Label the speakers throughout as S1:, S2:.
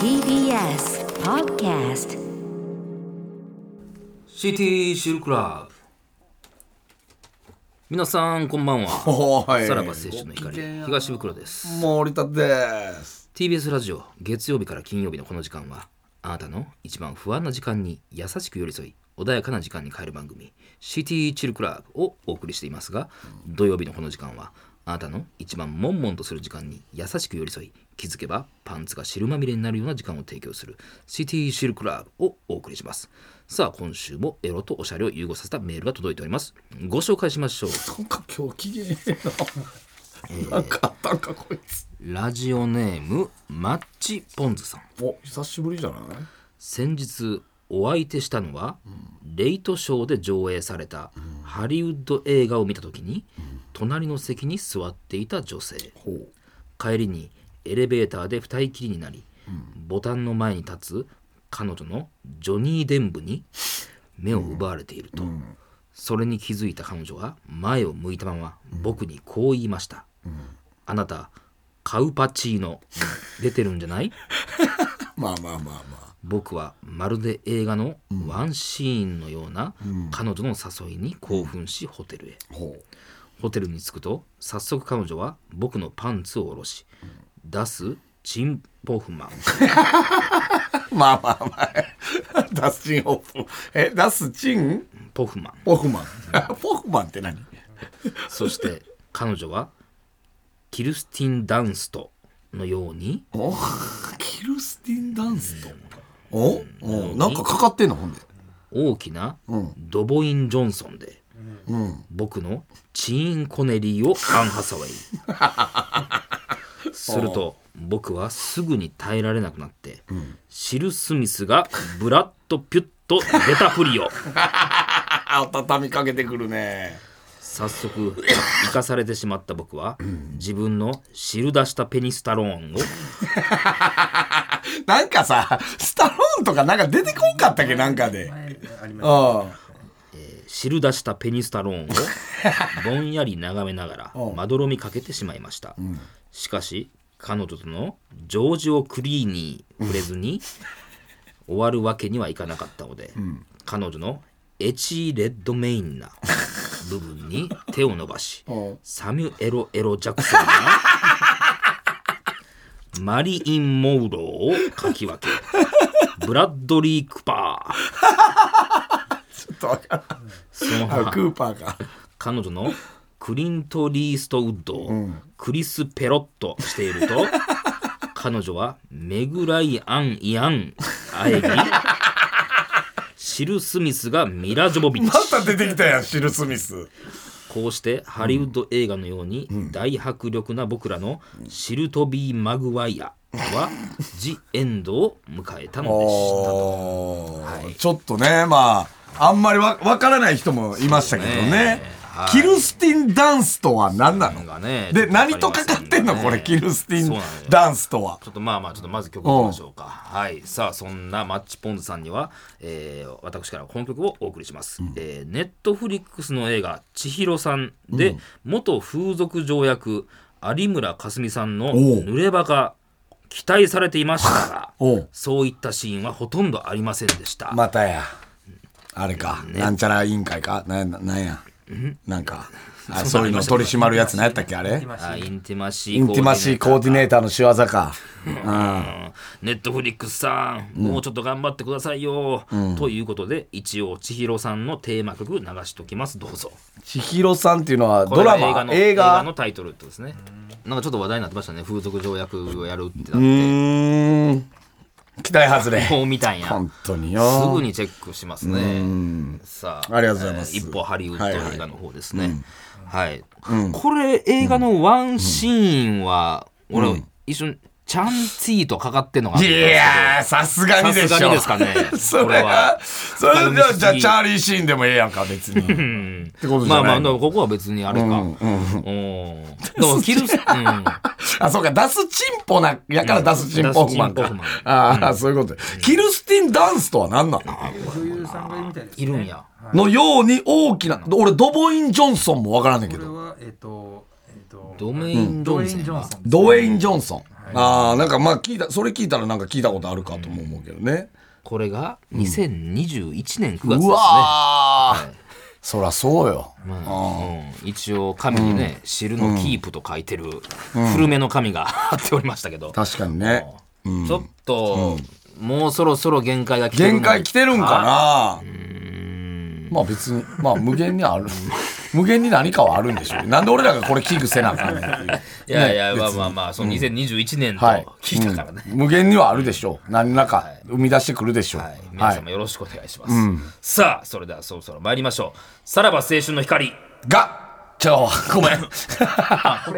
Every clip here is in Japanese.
S1: TBS Podcast
S2: CT シルクラブ皆さんこんばんは
S3: はい
S2: さらば青春の光東袋です
S3: 森田です。
S2: TBS ラジオ月曜日から金曜日のこの時間はあなたの一番不安な時間に優しく寄り添い穏やかな時間に変える番組「シティチルクラブ」をお送りしていますが土曜日のこの時間はあなたの一番悶々とする時間に優しく寄り添い気づけばパンツが汁まみれになるような時間を提供する「シティシルクラブ」をお送りしますさあ今週もエロとおしゃれを融合させたメールが届いておりますご紹介しましょう
S3: なんか今日機嫌ええな。なんかあったんかこいつ。
S2: ラジオネームマッチポンズさん
S3: お久しぶりじゃない？
S2: 先日お相手したのは、レイトショーで上映されたハリウッド映画を見た時に、隣の席に座っていた女性帰りにエレベーターで二人きりになり、ボタンの前に立つ彼女のジョニー・デンブに目を奪われていると、それに気づいた彼女は前を向いたまま僕にこう言いました「あなたカウパチーノ 出てるんじゃない?」
S3: まあまあまあま
S2: 僕はまるで映画のワンシーンのような彼女の誘いに興奮しホテルへ
S3: あ。ほう。
S2: ホテルに着くと早速彼女は僕のパンツを下ろし出すチンポフマン
S3: まあまあまあ。ダスチンホップ。えダスチン
S2: ポフマン
S3: ポフマン。ポフマンって何？
S2: そして彼女はキルスティン・ダンストのように
S3: おキルスティンダンスと。おおなんかかかってんのほんで。
S2: 大きなドボイン・ジョンソンで僕のチーン・コネリーをアン・ハサウェイすると僕はすぐに耐えられなくなって、シル・スミスがブラッド・ピュッと出たふりを
S3: あ畳みかけてくるね。
S2: 早速生かされてしまった僕は、自分の汁出したペニスタローンを
S3: なんかさスタローンとかなんか出てこんかったっけなんかで。ああ。
S2: 汁出したペニスタローンを ぼんやり眺めながらまどろみかけてしまいました、しかし彼女とのジョージオ・クリーに触れず に終わるわけにはいかなかったので、彼女のエチレッドメインな部分に手を伸ばし
S3: うん
S2: サミュエロ・エロ・ジャクソンがマリイン・モウローをかき分けブラッドリー・クパー
S3: ちょっとわからん
S2: その
S3: あクーパーか。
S2: 彼女のクリント・リーストウッドをクリス・ペロッとしている と彼女はメグライアン・イアン・アエギシル・スミスがミラ・ジョボビッチ
S3: また出てきたやん、シル・スミス。
S2: こうしてハリウッド映画のように大迫力な僕らのシルトビー・マグワイア はジ・エンドを迎えたのでしたと
S3: おーちょっとね、まあ、あんまりわわからない人もいましたけどね。キルスティンダンスとは何なの
S2: がね
S3: で、何とかかってんの、
S2: わかりませんがね
S3: これ、キルスティ
S2: そうな
S3: ン
S2: のよ
S3: ダンスとは。
S2: ちょっとまあまあちょっとまず曲いきましょうか。はい。さあそんなマッチポンズさんには、えー私からこの曲をお送りします。えーネットフリックスの映画「千尋さん」で、元風俗条約有村架純さんの
S3: おう
S2: 濡れ場が期待されていましたが
S3: おう、
S2: そういったシーンはほとんどありませんでした。
S3: またや。あれか、なんちゃら委員会かな、ななんや。なんか、あ そういうの取り締まるやつ、何やったっけ、あれ
S2: あインティマシー
S3: インティマシーコーディネーターの仕業か。
S2: ネットフリックスさん、もうちょっと頑張ってくださいよ。ということで、一応、千尋さんのテーマ曲流しときます。どうぞ。
S3: 千尋さんっていうのは、
S2: こ
S3: ド
S2: れが
S3: ラマ、映画
S2: の映画のタイトルってことですね。なんかちょっと話題になってましたね。風俗条約をやるってなって。
S3: うーん、期待外れ。
S2: こうみたいな。
S3: 本当によ。
S2: すぐにチェックしますね。さあ、
S3: ありがとうございます
S2: えー一歩ハリウッ
S3: はいは
S2: ド
S3: い
S2: 映画の方ですね。はい。これ、映画のワンシーンは、俺、一瞬、ちゃんツイートかかってんのが
S3: いやー、さすがにでしょ。
S2: さすがにですかね
S3: そ
S2: こ
S3: れ
S2: れ
S3: は
S2: は、
S3: それじゃあ、じゃあチャーリーシーンでもええやんか、別に。ってことじ
S2: ま
S3: ゃ
S2: あま
S3: な
S2: あ
S3: い
S2: でもここは別にあれかうんでも キルスうん
S3: あ、そうか、出すチンポな、やから出すチンポフマン
S2: 出
S3: か
S2: すチンポフ。
S3: ああ、そういうこと。キルスティンダンスとは何なの
S2: いるんや
S3: のように大きな、俺、ドボイン・ジョンソンもわからんねんけ
S4: これ
S3: ど。
S4: はえっ、とえっ、と
S2: ドメイン・
S4: ド
S2: ド
S4: ウ
S2: ン
S4: ェイ
S2: セ
S4: ン・
S2: ン
S4: ジョン
S2: は
S4: ソン
S3: ドウェイン・ジョンソン。ああ、なんかまあ聞いた、それ聞いたらなんか聞いたことあるかとも思うけどね。
S2: これが2021年9月ですね
S3: うわーそらそうよ。
S2: うん一応紙にね汁のキープと書いてる古めの紙が 貼っておりましたけど
S3: 確かにね。
S2: ちょっともうそろそろ限界が来てる
S3: 限界来てるんかなまあ別に、まあ無限にある。 無限に何かはあるんでしょう。なんで俺らがこれ危惧せなあかんねんっていう。
S2: いやいやまあまあまあその2021年と
S3: はい。
S2: 聞いたからね
S3: うん無限にはあるでしょう。何らか生み出してくるでしょう。
S2: は
S3: はいい。、
S2: 皆様よろしくお願いします、さあそれではそろそろ参りましょうさらば青春の 光
S3: が、ちょ、ごめん。
S4: これ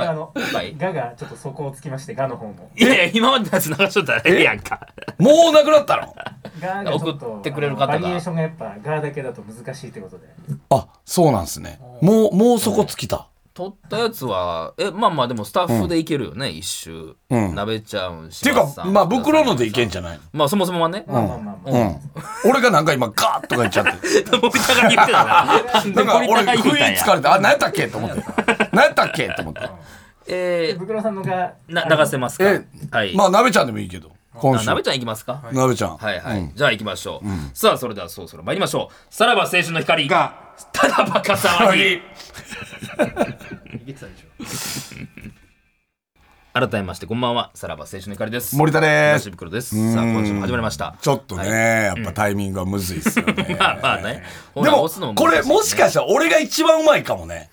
S4: あの
S2: はい
S4: ガがちょっと底をつきましてガの方も
S2: いやいや今までのやつ流しとったらええやんか
S3: もうなくなったの
S4: ガがちょっと
S2: 送ってくれる方が
S4: あのバリエーションがやっぱガだけだと難しいってことで
S3: あ、そうなんですね。もう、もうそこ尽きた。
S2: 撮ったやつはえまあまあでもスタッフでいけるよね、一周、鍋ちゃんって
S3: っていうか、まあ、袋のでいけんじゃない
S2: まあそも そもはね、うん、
S4: まあまあまあ、
S3: うん。俺がなんか今、ガーッとか言っちゃって。
S2: 森田が言ってたな
S3: なんか俺、
S2: 森田が言って
S3: 食い
S2: たん
S3: 疲
S2: や
S3: れて、あ、何やったっけと思って。 何やったっけと思って。
S2: え
S4: ブクロさんのが
S2: ー、な流せますか
S3: え
S2: はい、
S3: まあ、鍋ちゃんでもいいけど。今
S2: あ
S3: 週。
S2: 鍋ちゃんいきますか、はい
S3: 鍋ちゃん。
S2: はいじゃあ行きましょう、さあそれではそろそろ参りましょうさらば青春の光
S3: が、
S2: ただバカ騒ぎ改めましてこんばんはさらば青春の光です
S3: 森田で
S2: 東
S3: す。
S2: 袋ですさあ今週も始まりました
S3: ちょっとね、やっぱタイミングはむずいっすよね。
S2: まあまあね ほ
S3: で
S2: ら
S3: も、
S2: 押すの
S3: これもしかしたら俺が一番うまいかもね。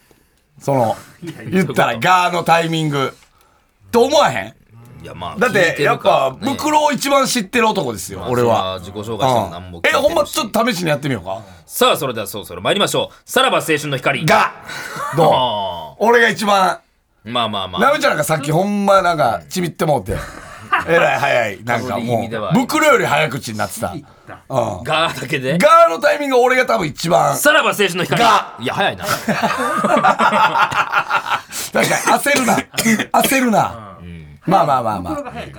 S3: その、言ったらガーのタイミング。と思わへん
S2: いやまあ
S3: だって、やっぱ、袋を一番知ってる男ですよ、俺は。
S2: 自己紹
S3: うん
S2: 介しても何も聞いて
S3: え、
S2: るし
S3: ほんまちょっと試しにやってみようか。
S2: さあそれではそろそろ参りましょうさらば青春の光
S3: が、ど
S2: あ
S3: う俺が一番、
S2: ーまあまあま
S3: な
S2: あ
S3: めちゃんがさっきほんまなんか、ちびってもうて。えらい 早い。なんか
S2: 被り気
S3: も
S2: 味ではあ、
S3: う
S2: ります
S3: 袋より早口になってた。うん。ガ
S2: ガーだけで
S3: ーのタイミング俺が多分 一番。
S2: さらば青春の光
S3: が
S2: いや早い な
S3: 確かに焦るな焦るな、まあまあまあまあ
S2: まあここがね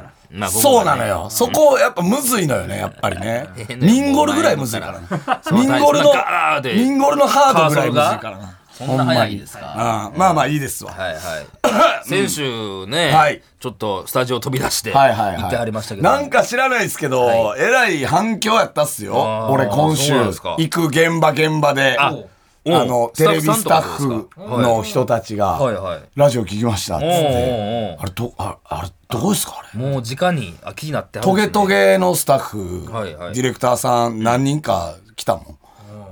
S3: そうなのよそこやっぱむずいのよねやっぱり ね
S2: 変な
S3: ミンゴルぐらいむずいからね
S2: う
S3: ミンゴルの
S2: そのタイプのガーで
S3: ミンゴルのハードぐらいむずいからな
S2: そんな早いですか
S3: ああまあまあいいですわ、
S2: はいはい先週ね、
S3: はい
S2: ちょっとスタジオ飛び出して
S3: はいはい
S2: 行って
S3: は
S2: あ
S3: い。
S2: りましたけど、
S3: なんか知らないですけど、えらい反響やったっすよ
S2: あ。ー
S3: 俺今週、
S2: そうなんですか
S3: 行く現場現場で、あ
S2: あおう
S3: の、
S2: ス
S3: テ
S2: タ
S3: レ
S2: ッ
S3: ビ
S2: フさん
S3: ス
S2: と
S3: タ
S2: か
S3: ッ
S2: ってことです
S3: フ
S2: か
S3: の人たちが
S2: はいはい、
S3: ラジオ聞きましたっつっ
S2: おうお
S3: て、
S2: う
S3: あれど、ああれ、どこですかあれ。
S2: おうもう直にあ気になってはる
S3: ト
S2: んで
S3: ゲ
S2: すね
S3: トゲのスタッフ、
S2: はいはい
S3: ディレクターさん何人か来たもん。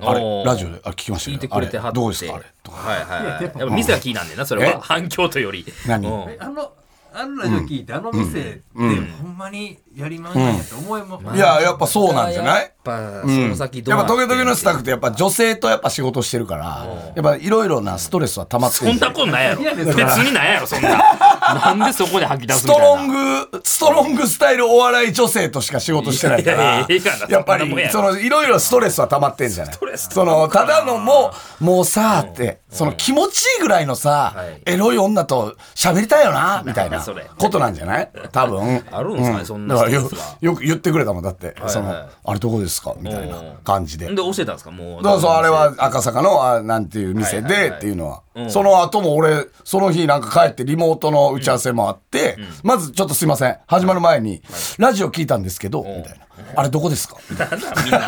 S3: あ
S2: お
S3: れ、
S2: ー
S3: ラジオで、あ、聞きました
S2: 聞い
S3: け
S2: て
S3: ど、
S2: く
S3: あ
S2: れ
S3: れ
S2: てはって
S3: どうですかあれとか。
S2: はいはいはいやっぱ店がキーなんでなそれ
S3: え
S2: は反響とより
S3: 何
S2: うん
S5: あの、あのラジオ聞いて、あの店で、ほんまにやりまんねんやって思いも、
S3: いや、やっぱそうなんじゃない
S2: やっぱその先どう
S3: やっ
S2: な
S3: ぱ
S2: って
S3: ト
S2: ん
S3: ゲトゲのスタッフ
S2: っ
S3: ってやっぱ女性とやっぱ仕事してるから、やっぱいろいろなストレスは溜まってて
S2: そ
S3: る
S2: んなことないやろ別にないやろそんな なんでそこで吐き出す
S3: ス
S2: み
S3: ト
S2: たいな
S3: ロング、ストロングスタイルお笑い女性としか仕事してないか
S2: いやい
S3: ら
S2: やいやいや、
S3: やっぱ
S2: そんなもん
S3: り、
S2: や
S3: その、いろいろストレスは溜まってんじゃないその、ただのもう、もうさーって、その気持ちいいぐらいのさ
S2: はい、
S3: エロい女と喋りたいよな、みたいな
S2: それ
S3: ことなんじゃない多分。
S2: あるんすかねそんな
S3: だからよ
S2: ストレスは
S3: よく言ってくれたもんだって、
S2: い
S3: その、あれどこですかみたいな感じで。
S2: で教えたんですかもう
S3: だからそう、あれは赤坂の、あなんていう店
S2: はいはい
S3: で
S2: はい
S3: っていうのは。その後も俺、その日なんか帰ってリモートの打ち合わせもあって、まずちょっとすいません。始まる前に、ラジオ聞いたんですけど、みたいな。あれどこですかみたいな
S2: みんな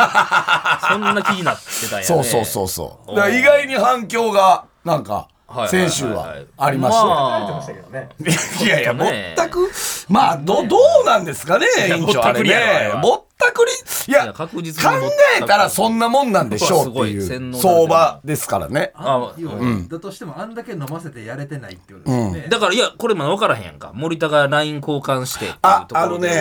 S2: そんな気になってたんやね
S3: そうそうそうそう。だから意外に反響が、なんか
S2: はいはいはいは、い
S3: 先週はありまし
S4: 書いてましたけどね
S3: た。いやいや、ぼったく、まあ、ど、どうなんですかね、
S2: や
S3: 委員長
S2: ぼ
S3: あ
S2: った
S3: れ
S2: くりやろあれ
S3: ね。
S2: は
S3: ぼったくり、い
S2: い
S3: や、
S2: や
S3: 考
S2: 確実にぼったくり
S3: えたらそんなもんなんでしょうっ
S2: うわ
S3: て
S2: すごい
S3: い
S2: 洗
S3: う
S2: 脳
S3: 相場ですからね。
S2: あ
S5: 要はだとしても、あんだけ飲ませてやれてないってことですよね。
S2: だからいやこれまだ分からへんやんか森田が LINE 交換してっていう
S3: あ、
S2: とこ
S3: あ
S2: ろ
S3: の
S2: で
S3: ね、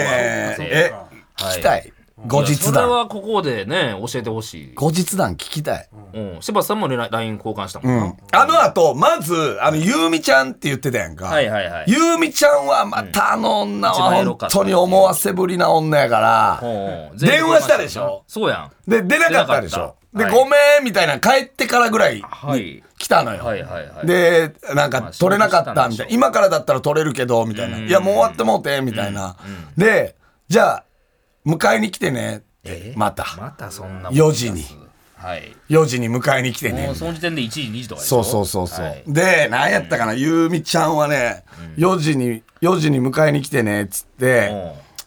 S3: え、
S2: はい
S3: 聞きたい。後日
S2: それ
S3: 談。
S2: はここでね、教えてほしい。
S3: 後日談聞きたい。
S2: うん。柴田さんもね LINE 交換したもんな。
S3: あの後、まず、あの、ゆうみちゃんって言ってたやんか。
S2: はいはいはい
S3: ゆうみちゃんは、またあの女
S2: 一番
S3: は
S2: エロか
S3: 本
S2: った
S3: 当に思わせぶりな女やから。
S2: うん
S3: 電話したでしょ
S2: そうやん。
S3: で、出なかったでしょ。
S2: 出
S3: で、
S2: なかった
S3: ごめん、みたいな、帰ってからぐらい
S2: はい。
S3: 来たのよ。
S2: はいはいはい。、
S3: で、なん
S2: まあ
S3: か、取れなかったみたいな。今からだったら取れるけど、みたいな。いや、もう終わってもうて、みたいな。で、じゃあ、迎えに来てね。
S2: え
S3: また。
S2: またそんな。
S3: 4時に。
S2: はい。
S3: 4時に迎えに来てね
S2: もう。その時点で1時2時とかでし
S3: そ
S2: ょ
S3: うそうそうそう。
S2: はい
S3: で、なんやったかな、ゆうみちゃんはね、4時に、4時に迎えに来てね、っつって、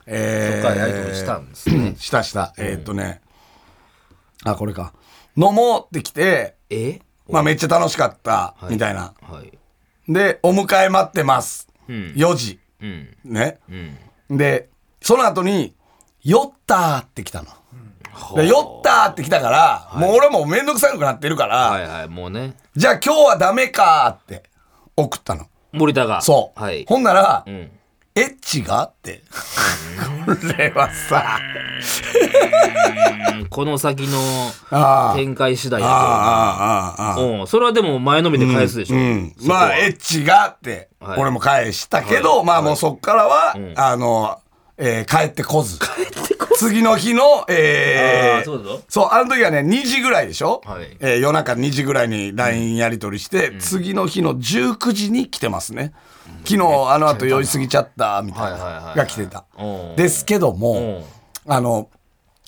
S3: え
S2: そっからやり取りしたんです
S3: ね。したした。えーっとね、あ、これか。飲もうって来て、
S2: え
S3: まあめっちゃ楽しかった、みたいな。
S2: はい。
S3: で、お迎え待ってます。
S2: ん
S3: 4時。
S2: うん。
S3: ね。
S2: うん。
S3: で、その後に、酔ったーって来たの。で酔ったーって来たから、もう俺もめんどくさくなってるから、
S2: はいはい、もうね。
S3: じゃあ今日はダメかーって送ったの。
S2: 森田が。
S3: そう。
S2: はい。
S3: ほんなら、
S2: ん
S3: エッチがって。これはさ、
S2: うんこの先の
S3: あー
S2: 展開次第や
S3: ああ、ああ、
S2: け
S3: ああ。
S2: ど。うん。それはでも前のめりで返すでしょ。
S3: うん、
S2: そこは
S3: まあ、エッチがって、
S2: はい
S3: 俺も返したけど、まあもうそっからは、あの、えー帰ってこず。次の日の、
S2: あ
S3: え
S2: ー
S3: ー
S2: そうだぞ
S3: そう、あの時はね、2時ぐらいでしょ、
S2: はい
S3: えー夜中2時ぐらいに LINE やり取りして、次の日の19時に来てますね。昨日、あの後酔いすぎちゃった、みたい
S2: はいはいはいは、
S3: ないが来てた
S2: うん。
S3: ですけども、あの、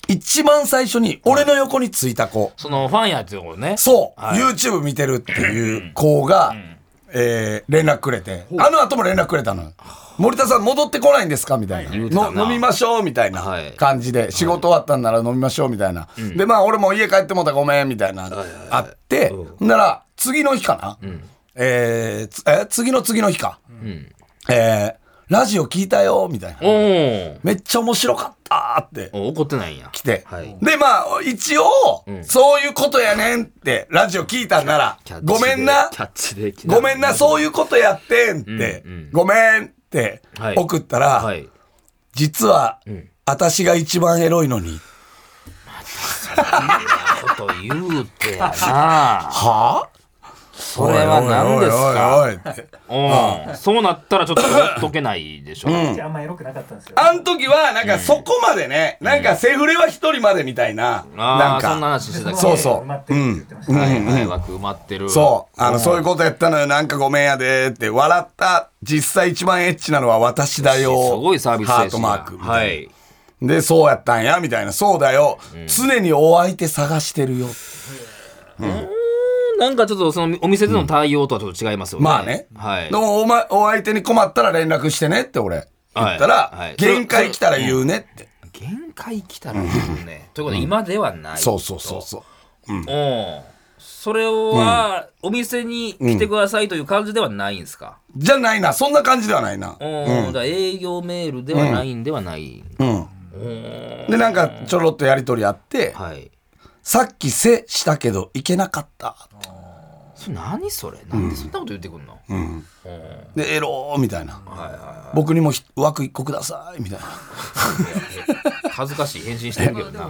S3: 一番最初に俺の横についた子。
S2: そのファンやってことね。
S3: そう、YouTube 見てるっていう子が、えー連絡くれて、あの後も連絡くれたのよ。森田さん戻ってこないんですかみたいな。
S2: 言うてたな
S3: の飲みましょうみたいな
S2: はい
S3: 感じで、仕事終わったんなら飲みましょうみたいな。で、まあ俺も家帰ってもうたらごめんみたいな、あって、ほんなら次の日かな、えーつえ次の次の日か。えーラジオ聞いたよみたいな。
S2: うん。
S3: めっちゃ面白かったって。
S2: お怒ってないんや。
S3: 来て、
S2: はい。
S3: でまあ一応、そういうことやねんってラジオ聞いたんなら
S2: キャッチで
S3: ごめんな
S2: キャッチで来た
S3: ごめんなそういうことやってんって、
S2: うんうん
S3: ごめんって
S2: はい
S3: 送ったら、
S2: はい。
S3: 実は、私が一番エロいのに
S2: こと言うてやな。
S3: はあそ
S2: れは何ですか
S3: おいおいおいおいって
S2: うん。そうなったらちょっとほっとけないでしょ。
S4: じゃああんまエロくなかったんですよ。
S3: あん時はなんかそこまでね、なんかセフレは一人までみたいな、
S2: あ
S3: な
S2: あ、
S3: ん
S2: そんな
S3: か
S2: 話してたっけ
S3: そうそう
S4: 埋まってるって言ってました。
S2: はいはい、枠埋まってる。
S3: そうあのそういうことやったのよなんかごめんやでって笑った実際一番エッチなのは私だ
S2: す
S3: よ
S2: ごいサービス精
S3: ハ
S2: 神
S3: ートマークみたいな
S2: はい。
S3: で、そうやったんや、みたいな。そうだよ。常にお相手探してるよ。
S2: なんかちょっとそのお店での対応とはちょっと違いますよね。
S3: まあね。
S2: はい
S3: で。もお、ま、お相手に困ったら連絡してねって俺。言ったら、
S2: はいはい
S3: 限界来たら言うねって。
S2: 限界来たらですね。ということで今ではない。
S3: そうそうそうそう。
S2: うん。それは、お店に来てくださいという感じではないんですか。
S3: じゃないな。そんな感じではないな
S2: う。ん。だから営業メールではないんではない。
S3: うん。で、なんかちょろっとやりとりあって、
S2: はい。
S3: さっき背したけどいけなかった。
S2: それ何それなんでそんなこと言ってくんの、
S3: で、エローみたいな。僕にもひ枠一個ください、みたいな。
S2: 恥ずかしい返信してるけどな。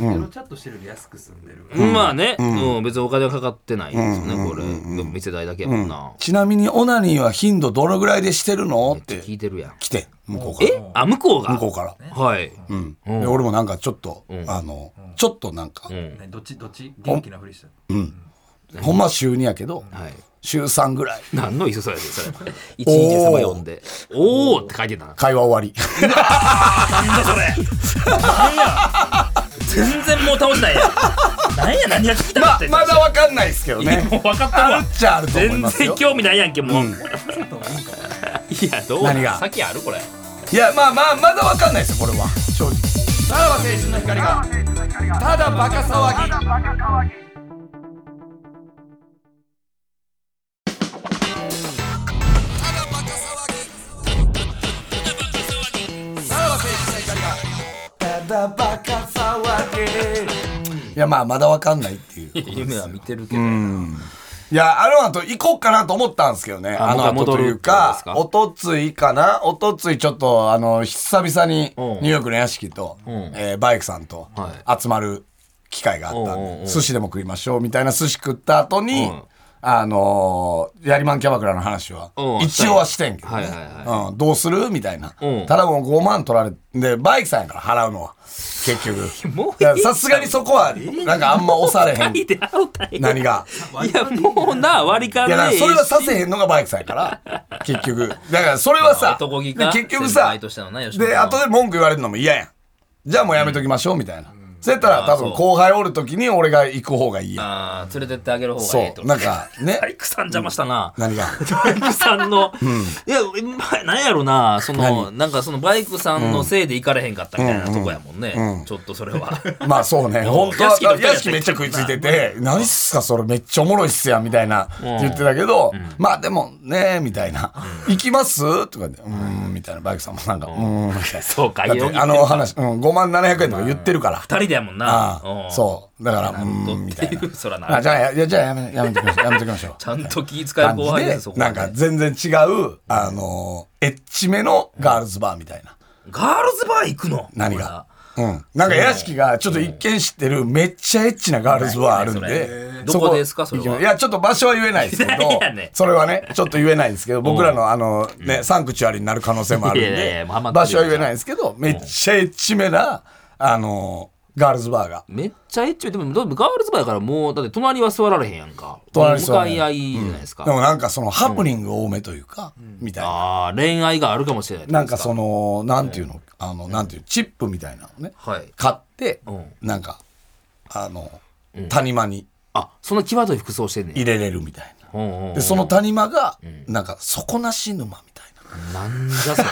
S5: エロチャットしてるより安く済んでる
S2: まあね、うん別にお金はかかってないですよね、これ。でも店代だけやもんな。
S3: ちなみにオナニーは頻度どのぐらいでしてるのって
S2: 聞いてるやん。
S3: 来て、向こうから。
S2: えあ、向こうが
S3: 向こうから。
S2: はい。
S3: で俺もなんかちょっと、あの、ちょっとなんか、
S5: ねどっちどっち元気なふりして
S3: ほんまは週2やけど、
S2: はい。
S3: 週3ぐらい、
S2: 何の磯さやで、それ。 一日様呼んで。おーって書いてたな。
S3: 会話終わ
S2: 全然もう倒したい やん。何や、何が聞きたかった
S3: り。
S2: ん
S3: まだわかんないですけど ね。
S2: もう分かった
S3: あ
S2: わ
S3: る。っちゃあると思い
S2: 全
S3: ます
S2: 然
S3: よ。
S2: 興味ないやんけ、も う。いや、どう
S3: 何が
S2: 先あるこれ。
S3: いや、まあまあ、まだわかんないですよ、これは。正直。さらば青春の光が、ただバカ騒ぎ。いやまあまだわかんないっていう
S2: 夢は見てるけど。い
S3: いや、あの後行こうかなと思ったんですけどね。
S2: あ
S3: あの後という
S2: 戻るってことで
S3: か
S2: す、か
S3: おとついかなおとついちょっと、あの、久々にニ
S2: うん
S3: ューヨークの屋敷と、えーバイクさんと
S2: は
S3: 集まる機会があったんで、
S2: うんうんうん
S3: 寿司でも食いましょうみたいな寿司食った後
S2: う
S3: に、
S2: ん
S3: あのー、ヤリマンキャバクラの話は
S2: う、ん
S3: 一応はしてんけど
S2: はい
S3: ね
S2: はいは
S3: うんどうするみたいな
S2: うん。
S3: ただもう5万取られて、バイクさんやから払う のは、結局。
S2: もうい
S3: いや
S2: い
S3: さすがにそこは、なんかあんま押されへん。
S2: で会うたい
S3: 何が。
S2: いやもうな割り勘
S3: い
S2: で
S3: やだからそれはさせへんのがバイクさんやから 結局だからそれは
S2: まあ
S3: さ
S2: 男気か
S3: で結局さ
S2: 先輩としてのな吉本の
S3: で後で文句言われるのも嫌やんじゃあもうやめときましょうみたいな、そうやったら
S2: あー
S3: 多分後輩おる時に俺が行く方がいいやん
S2: あー連れてってあげる方がいい
S3: そ
S2: と
S3: うなんかね
S2: 大工さん邪魔したな、
S3: 何が
S2: バイクさんの、いや、まなんやろな、その、なんかそのバイクさんのせいで行かれへんかったみたいなとこやもんね。ちょっとそれは。
S3: まあそうね本当
S2: 屋
S3: は
S2: 敷と二人やった
S3: 屋
S2: ら
S3: 敷めっちゃ食いついてて「何っすかそれめっちゃおもろいっすやん」みたいな言ってたけどまあでもねみたいな「行きます?」とかで「うーん」みたいなバイクさんもなんか「うーん」みたいな
S2: そうか、
S3: だっ
S2: よ
S3: て
S2: ぎ
S3: あの話うん5万700円とか言ってるから
S2: 二人だもんな。
S3: あ
S2: う
S3: あ、
S2: ん
S3: そう。だから、う
S2: と
S3: ーん、みたい
S2: って
S3: な
S2: いう。 そらな
S3: あじゃあ、ややじゃあやめ、やめてきましょう。やめてきましょう。
S2: ちゃんと気遣い
S3: 感じ
S2: 後輩で、
S3: です
S2: そ、こは
S3: な
S2: ね
S3: んか全然違う、あのー、エッチめのガールズバーみたいな。
S2: ガールズバー行くの
S3: 何が。うん。なんか屋敷がちょっと一見知ってるめっちゃエッチなガールズバーあるん
S2: ないね
S3: で。
S2: それどこですかそれは
S3: 行きまいや、ちょっと場所は言えないで すけ
S2: 何
S3: ど
S2: やねん、
S3: それはね、ちょっと言えないんですけど、僕らのあのね、サンクチュアリになる可能性もあるん
S2: いやいやい
S3: で
S2: やもうハマ、ってる
S3: 場所は言えないですけど、めっちゃエッチめな、あのー、ガールズバーが。
S2: めっちゃエッチでもどうガールズバーやからもうだって隣は座られへんやんか
S3: 隣
S2: 向
S3: 座ら
S2: か
S3: れへん
S2: い合いじゃないですか、
S3: でもなんかそのハプニング多めというか、みたいな。
S2: ああ恋愛があるかもしれないってこ
S3: な
S2: とで
S3: ん
S2: す
S3: かその、なんていうの、あの、なんていう、チップみたいなのね、
S2: はい
S3: 買って
S2: うん、
S3: なんか、あの、谷間に
S2: あそんな際どい服装してんねん
S3: 入れれるみたいな。
S2: うんうんうん
S3: で、その谷間が、なんか、底なし沼みたい
S2: なんじゃそれ そ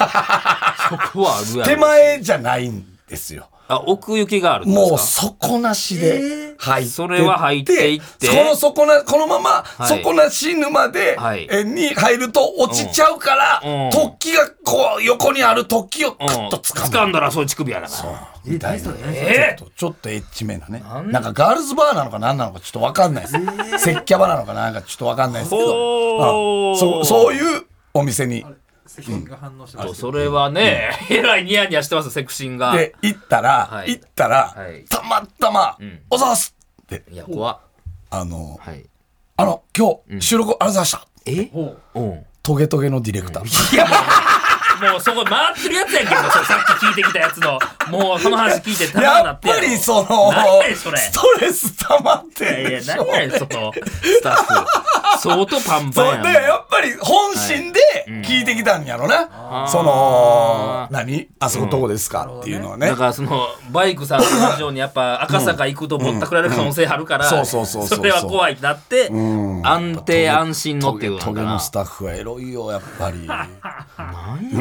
S2: こはあるやろ
S3: な。手前じゃないんですよ。
S2: あ奥行きがあるんですか
S3: もう底なしで入ってって、
S2: それは入っていって
S3: その底な、このまま
S2: い
S3: 底なし沼で、
S2: はい
S3: えに入ると落ちちゃうから、
S2: うんうん
S3: 突起がこう横にある突起をクッと掴む。
S2: 掴んだらそういう乳首やだから
S3: みたいな、
S2: え
S3: ちょっとちょっとエッチめなねなんかガールズバーなのか何なのかちょっと分かんないです、接キャバなのかなんかちょっと分かんないですけど
S2: ほ
S3: う
S2: ー
S3: んそうそういうお店に
S5: 世間が反応してます
S2: それはね、えらいニヤニヤしてますセクシンが
S3: で行ったら、
S2: はい
S3: 行ったら、
S2: はい
S3: たまたま
S2: ん
S3: 「おざます!」って
S2: いや怖っ
S3: あの、
S2: はい
S3: あの今日収録ありがとうございました、
S2: えうんも
S3: トゲトゲのディレクター、
S2: うそこ回ってるやつやんけどそれさっき聞いてきたやつのもうその話聞いてたまん
S3: や
S2: な
S3: っ
S2: ってや
S3: ぱ
S2: ろ
S3: りその
S2: 何やねんそれ
S3: ストレス溜まって
S2: い
S3: る
S2: やい
S3: で
S2: や
S3: しょ
S2: 何やねんそのスタッフ相当パン
S3: そう
S2: パン
S3: で
S2: や
S3: やっぱり本心で聞いてきたんやろな、そ
S2: あ
S3: の何あそこどこですかっていうのはね
S2: だからそのバイクさんのラジオにやっぱ赤坂行くとぼったくられる可能性あるから
S3: うんうんそうそうそうそう
S2: それは怖いってなって
S3: ん
S2: 安定安心のっていう
S3: ト
S2: の
S3: ゲ
S2: か
S3: の
S2: な
S3: スタッフはエロいよやっぱ り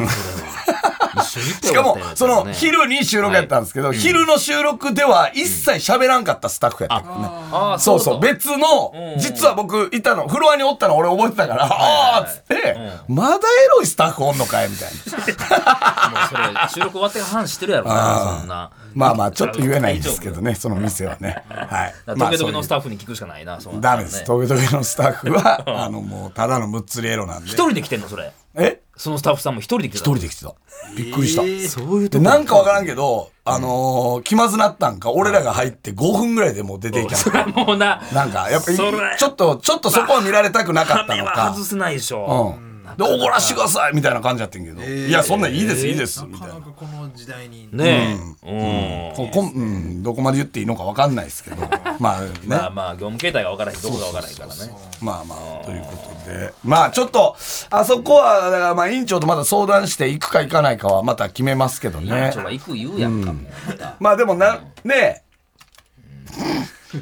S2: 一緒に行って
S3: しかもその昼に収録やったんですけど、昼の収録では一切喋らんかったスタッフやった、ね
S2: ああ
S3: そうそう別の、実は僕いたのフロアにおったの俺覚えてたから、ああーっつって、まだエロいスタッフおんのかいみたいな
S2: もうそれ収録終わってから話してるやろなそんな
S3: まあまあちょっと言えないんですけどね その店はねはい
S2: だか
S3: ま
S2: ら
S3: あ
S2: 時
S3: そ
S2: 々
S3: ういう
S2: のスタッフに聞くしかないなそうなったら
S3: ダメ
S2: ね
S3: です。トゲトゲのスタッフ は、あの、もう、ただのむっつりエロなんで
S2: 一。人で来てんのそれ
S3: え
S2: そのスタッフさんも一人で来て
S3: 一
S2: た
S3: 人で来てた。びっくりした。そういうとなんかわからんけど、あのー気まずなったんか、俺らが入って5分ぐらいでもう出ていきゃ
S2: それはもうな
S3: なんか、やっぱり、
S2: それ
S3: ちょっと、ちょっとそこは見られたくなかった
S2: 目
S3: の
S2: は
S3: か
S2: 外。せないでし
S3: う
S2: ょ
S3: ん。で、怒らしてくださいみたいな感じやってんけど。いや、そんなんいいです、いいです、み
S5: な
S3: た
S5: か
S3: いな
S5: な。かこの時代に
S2: ねえ
S3: ここんうん、どこまで言っていいのかわかんないです けど。まあ、ね。
S2: まあまあ業務形態が分からへんどこが分からへんからね
S3: まあまあ、ということで。まあちょっと、あそこは、だからまあ委員長とまだ相談して行くか行かないかはまた決めますけどね
S2: ちょ。っと行く言うやんかもう
S3: まあでもな、ねえ。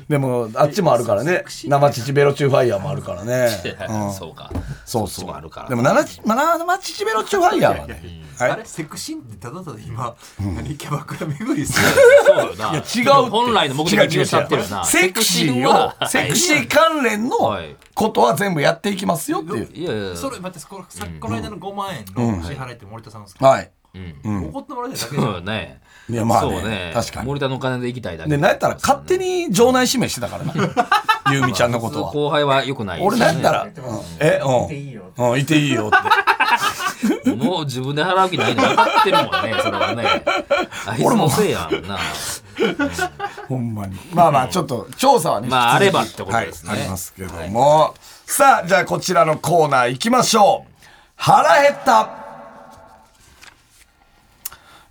S3: でも、あっちもあるからね。生乳ベロチューファイヤーもあるか らね。うん
S2: そうか
S3: そうそう。
S2: こあるから
S3: でも、生乳まあ生乳ベロチューファイヤーはね。
S5: あれセクシーってただただ今何 キャバクラ巡りする
S2: そうよな。いや
S3: 違うって。
S2: 本来の目的
S3: 違う違
S2: に
S3: う違う
S2: しちゃってるな。
S3: セクシー
S2: は
S3: を、 セクシー関連の
S2: はい
S3: ことは全部やっていきますよっていう。
S2: いやいや。
S5: それ待ってこのさこの間の5万円の支払いって森田さんですけど
S3: はい。
S5: 怒ってもらいたいだけじゃん
S2: うんね。
S3: いやまあ
S2: そうね
S3: ね確かに
S2: 森田のお金で行きたいだけ
S3: でなんやったら勝手に場内指名してた からなゆうみちゃんのことは
S2: 後輩は良くないです
S3: 俺
S2: ね
S3: なんやったらうんえ
S4: いていいよ
S3: うんうんいていいよって
S2: もう自分で払う気ないの分かってるもんねそれはねあ いつのせいやんな
S3: ほんまに。まあまあ、ちょっと、調査はね。
S2: まあ
S3: 引き続き
S2: あればってことですね
S3: はいありますけども。さあ、じゃあこちらのコーナー行きましょう。腹減った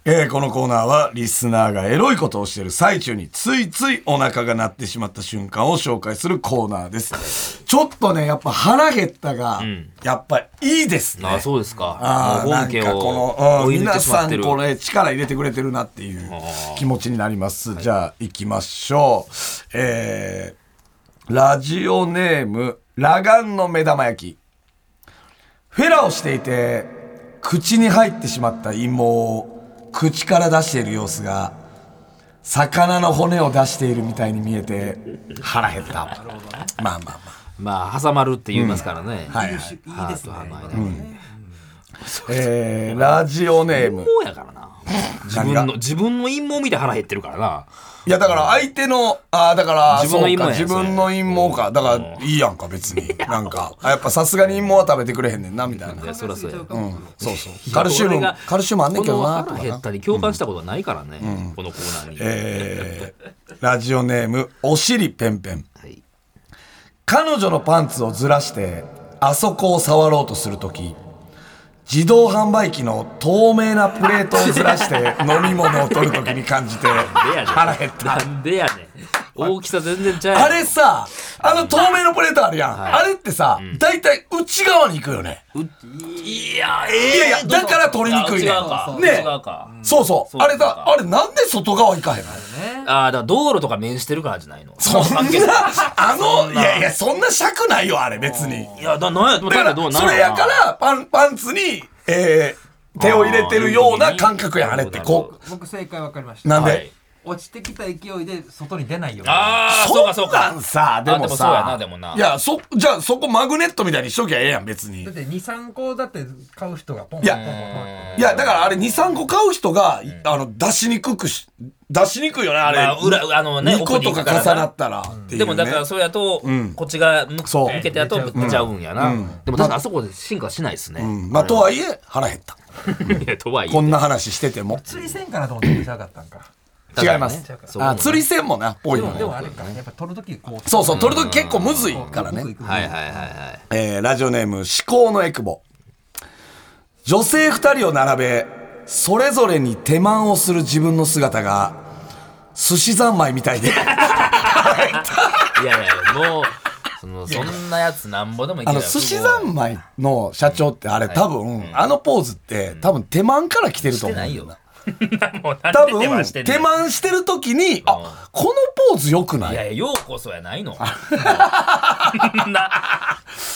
S3: えーこのコーナーはリスナーがエロいことをしている最中についついお腹が鳴ってしまった瞬間を紹介するコーナーです。ちょっとね、やっぱ腹減ったが、やっぱいいですね。
S2: あそうですか
S3: あ
S2: も
S3: ー
S2: う
S3: なん
S2: 本家
S3: かこ
S2: を追い抜
S3: の、うん
S2: い
S3: 皆
S2: てしま
S3: さ
S2: って
S3: ん
S2: る
S3: これ力入れてくれてるなっていう気持ちになります、じゃあ行きましょうえー、ラジオネームラガンの目玉焼きフェラをしていて口に入ってしまった陰毛を口から出している様子が魚の骨を出しているみたいに見えて腹 減った、まあまあまあ
S2: まあ挟まるって言いますからね
S3: はいはい
S2: ハートはまあね
S3: えー、ラジオネーム
S2: こうやからな自分の自分の陰謀見て腹減ってるからない
S3: やだから相手のああだから
S2: 自分の陰謀や
S3: そうか
S2: それ
S3: 自分の陰謀かだからいいやんか別 になんかあやっぱさすがに陰謀は食べてくれへんねんなみたいない
S2: やそりゃそうや
S3: そうそうカルシウムカルシウムあんねんけどな
S2: ことの
S3: か
S2: 腹減
S3: な
S2: ったに共感したことはないからね、このコーナーに、
S3: えーラジオネームおしりぺんぺん
S2: はい
S3: 彼女のパンツをずらしてあそこを触ろうとするとき自動販売機の透明なプレートをずらして飲み物を取るときに感じて
S2: でやねん
S3: 腹減った
S2: なんでやねん大きさ全然ちゃうやん
S3: あれさ、あの透明のプレートあるやん。あれってさ、大体内側に行くよね。
S2: いやえ
S3: いやいや、だから取りにくいねん。
S2: あ違うか
S3: ね
S2: 違うか
S3: そうそう。
S2: そうか
S3: あれさ、あれなんで外側行かへんの
S2: ああだから道路とか面してるからじゃないの
S3: そんな
S2: 関係い、
S3: あの、
S2: そん
S3: い
S2: な
S3: やいや、そんな尺ないよ、あれ、別に。
S2: いやだなんやだ
S3: だか、
S2: かららどうなん
S3: それやから、パン、パンツに、えー手を入れてるような感覚やん、あれって。こ
S5: 僕正解わかりまし
S3: う、
S5: た
S3: なん
S2: は
S3: で
S2: い。
S5: 落ちてきた勢いで外に出ないように
S2: ああそうかそう
S3: そん
S2: か
S3: なんさ、でも
S2: あでもそうやな
S3: さ
S2: でもない
S3: や、そ、じゃあそこマグネットみたいにしときゃええやん、別に
S5: だっ。て23個だって買う人がポン
S3: い
S5: ポン
S3: や
S5: ポンポン
S3: いや、だからあれ2、3個買う人が、あの、出しにくくし、出しにくいよね、あれ。
S2: まあ裏あのね
S3: 2個とか重なったらっていうね。
S2: でもだからそれやと、こっちが向く
S3: そう
S2: 向けてやと出ちゃうんやな、でもただあそこで進化しないですね、
S3: うんまあ、とはいえ、腹減った。
S2: いやとはいえ
S3: こんな話してても。
S5: 釣りせんかなと思って出ちゃなかったんか
S2: ただね
S3: 違います
S2: そう
S3: あ、釣り線もな、ぽいよ
S5: でも
S3: ね。
S5: あれかやっぱ取る時こう
S3: そうそう、取るとき結構むずいからね。
S2: はいはいはいはい
S3: えーラジオネーム、思考のエクボ。女性二人を並べ、それぞれに手満をする自分の姿が、寿司三昧みたいで。
S2: いやいや、もう、そのそんなやつなんぼでもいけ
S3: あ
S2: る
S3: の
S2: やろ
S3: 寿司三昧の社長ってあれ多分あのポーズって多分手満から来てる
S2: し
S3: と
S2: て
S3: 思う
S2: ないよ
S3: んだ。
S2: もうな
S3: 多
S2: んで手間
S3: 分
S2: してん
S3: 手
S2: の
S3: 満してる時にあこのポーズ良くないい
S2: やいや、ようこそやないの。もう な、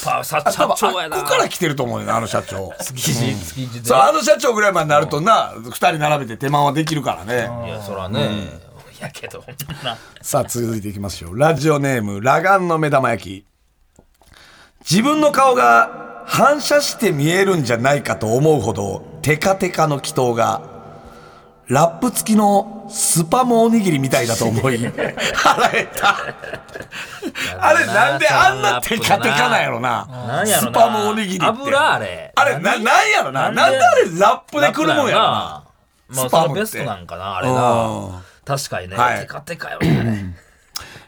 S2: パ社
S3: 多分
S2: 長
S3: あっこ
S2: やな。
S3: から来てると思うよねあの社長
S2: 記事、築地で。
S3: そうあの社長ぐらいまでになるとな二人並べて手満はできるからね
S2: いや、そらね。いやけど、ほんな。
S3: さあ続いていきましょうラジオネーム「ラガンの目玉焼き」自分の顔が反射して見えるんじゃないかと思うほどテカテカの祈祷がラップ付きのスパムおにぎりみたいだと思い腹減ったあれなんであんなテカテカなんやろな
S2: なんやろな。
S3: スパムおにぎりって
S2: 油あれ。
S3: あれななんやろ
S2: な
S3: な
S2: んで
S3: なんであれラップでくるもんやろな
S2: な。まあ、
S3: スパ
S2: そ
S3: ムって
S2: れベストなんかな、あれ
S3: う
S2: な。確かにね
S3: は、い
S2: テカテカよね。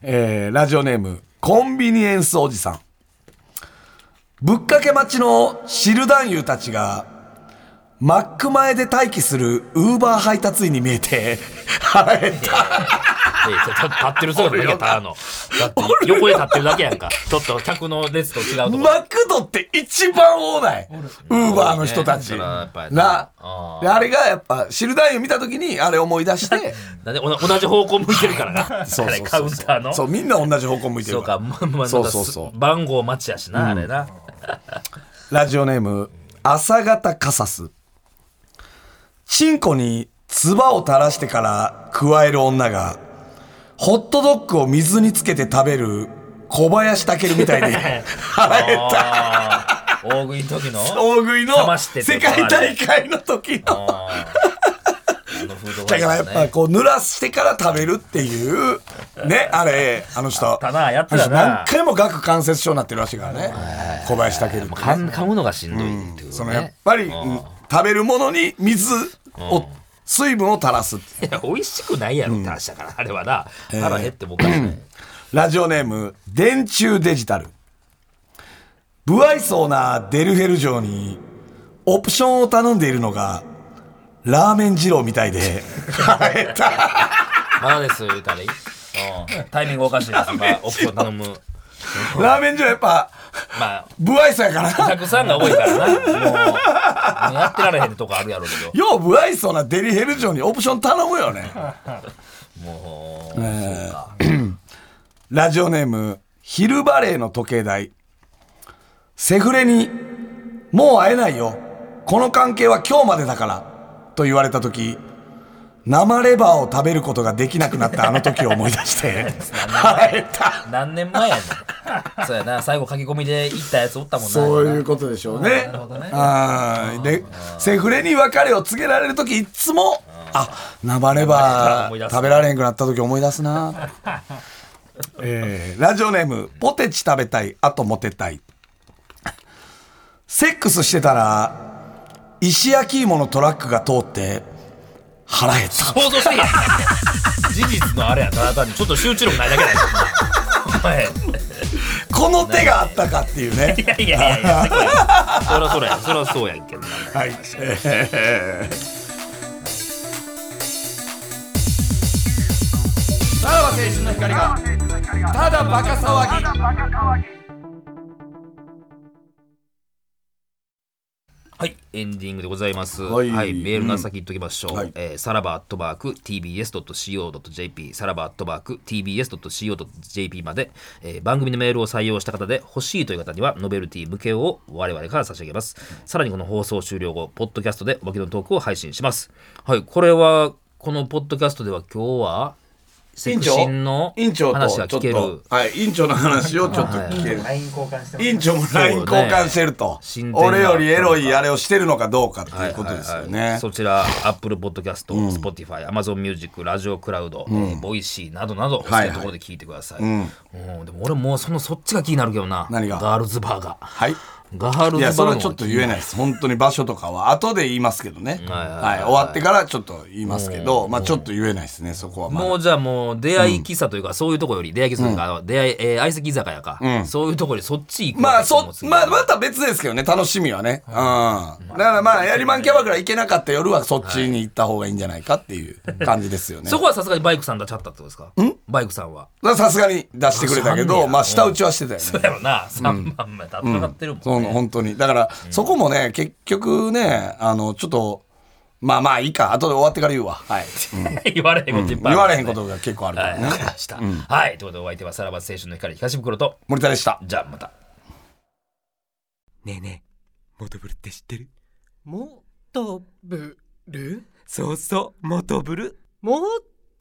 S3: えーラジオネーム、コンビニエンスおじさん。ぶっかけ待ちの汁男優たちが、マック前で待機するウーバー配達員に見えて、腹減った。
S2: いやちょっと立ってる姿だけやったあの。だって横で立ってるだけやんか。ちょっと客の列と違うとこ。
S3: マクドって一番多ない。ウーバーの人たち。
S2: うんやっぱり
S3: な
S2: あ。ー
S3: であれがやっぱ、汁男優見た時にあれ思い出して、
S2: なんでおな同じ方向向いてるからな。
S3: そう
S2: あ
S3: そ
S2: れ
S3: う
S2: カ
S3: そ
S2: ウン
S3: う
S2: タ
S3: そう
S2: ーの。
S3: そう、みんな同じ方向向いて
S2: そ
S3: る
S2: う
S3: から
S2: か、。まあまあ、
S3: そうそうそう
S2: なんかす番号待ちやしな、あれな。
S3: ラジオネーム、朝方カサス。チンコに唾を垂らしてから加える女が、ホットドッグを水につけて食べる小林健みたい で、腹減った。
S2: あー大食いの時の
S3: 大食いの
S2: 冷まして
S3: 世界大会の時の
S2: あのフードファ
S3: だ
S2: イ
S3: か
S2: タ
S3: らや
S2: ー
S3: っ
S2: ね
S3: ぱこう濡らしてから食べるっていうねあれあの人
S2: たなやってたな
S3: あの人何回も顎関節症になってるらしいからね小林武って
S2: 噛ん噛むのがしんどいっていう
S3: そ
S2: こと
S3: のやっ
S2: ね
S3: ぱりうん食べるものに水
S2: うん
S3: を水分を垂らすっていう
S2: いや美味しくないやろって話だからあれはな腹減ってもおかしくない
S3: ラジオネーム電柱デジタル不愛想なデルヘル城にオプションを頼んでいるのがラーメン二郎みたいで 腹減った
S2: まだです言うたらいいうんタイミングおかしいですまあオプション頼む
S3: ラーメン二郎やっぱ
S2: まあ
S3: 不愛想やから
S2: お
S3: な
S2: 客さんが多いからなもうやってられへんとこあるやろうけど
S3: よう不愛想なデリヘル城にオプション頼むよね
S2: もう
S3: ラジオネーム昼バレーの時計台セフレに「もう会えないよこの関係は今日までだから」と言われた時生レバーを食べることができなくなったあの時を思い出して 腹減った
S2: 何年前やねんそうやな最後駆け込みで行ったやつおったもんな
S3: そういうことでしょうねあーでセフレに別れを告げられる時いつもあ生レバー食べられへんくなった時思い出す なえーラジオネームポテチ食べたいあとモテたいセックスしてたら石焼き芋のトラックが通って腹減った
S2: 想像してへんやん事実のあれやただ単にちょっと集中力ないだけだよお前
S3: この手があったかっていうね
S2: いやいやいやそらそらやそらそうやんけどな
S3: はいさらば青春の光がただバカ騒ぎ
S2: はい、エンディングでございます。は、
S3: はいい
S2: メールの先言っときましょう。
S3: はい
S2: えーさらばアットマーク tbs.co.jp、さらばアットマーク tbs.co.jp まで、えー番組のメールを採用した方で欲しいという方には、ノベルティ向けを我々から差し上げます。さらにこの放送終了後、ポッドキャストでおまけのトークを配信します。はい、これは、このポッドキャストでは今日は、セ
S3: 院
S2: ク
S3: 長
S2: シンの
S3: 委員長と
S2: 話
S3: ちょ
S2: が
S3: っと
S2: 聞ける。
S3: はい委員長の話をちょっと聞ける
S4: ライン交換してます
S3: 委員長も LINE 交換してると
S2: そうね
S3: 俺よりエロいあれをしてるのかどうかっていうことですよ
S2: はいはいは
S3: ね
S2: いそちら、Apple Podcast、Spotify、Amazon Music、ラジオクラウド、ボイシーなどなど、そう
S3: は
S2: い
S3: い
S2: うところで聞いてください。うんでも俺もうそのそっちが気になるけどな。
S3: 何が
S2: ガールズバーが。
S3: はい
S2: ガールズバー
S3: いや
S2: の
S3: それはちょっと言えないです本当に場所とかは後で言いますけどね
S2: はいはい
S3: はい終わってからちょっと言いますけどまあちょっと言えないですねそこはまだ
S2: もうじゃあもう出会い喫茶というか、そういうところより出会い喫茶というか、出会い、えー相席居酒屋か、そういうところよりそっち行く
S3: まあ、
S2: わけ
S3: そ
S2: です、よ
S3: まあ、また別ですけどね、楽しみはね。うん。だからまあ、やりまんキャバクラ行けなかった夜はそっちに行った方がいいんじゃないかっていう感じですよね。
S2: そこはさすがにバイクさん出ちゃったってことですかバイクさんは。
S3: だからさすがに出してくれたけ
S2: あそうなん
S3: ど、
S2: や
S3: まあ、下打ちはしてたよ
S2: そう
S3: ね。
S2: やろな、3万枚戦ってるもんね。
S3: その本当に。だから、そこもね、結局ね、あの、ちょっと、まあまあいいか、後で終わってから言うわ。 はい。
S2: 言われへんこといっぱいあるもん
S3: 言わ
S2: ね
S3: れへんことが結構あるか
S2: は
S3: ら
S2: い、わか
S3: ね
S2: り。ました。はい、ということでお相手はさらば青春の光東袋と、
S3: 森田でした。
S2: じゃあまた。
S6: ねえねえ、モトブルって知ってる
S7: もっとぶる
S6: そうそう、モトブル。
S7: もっ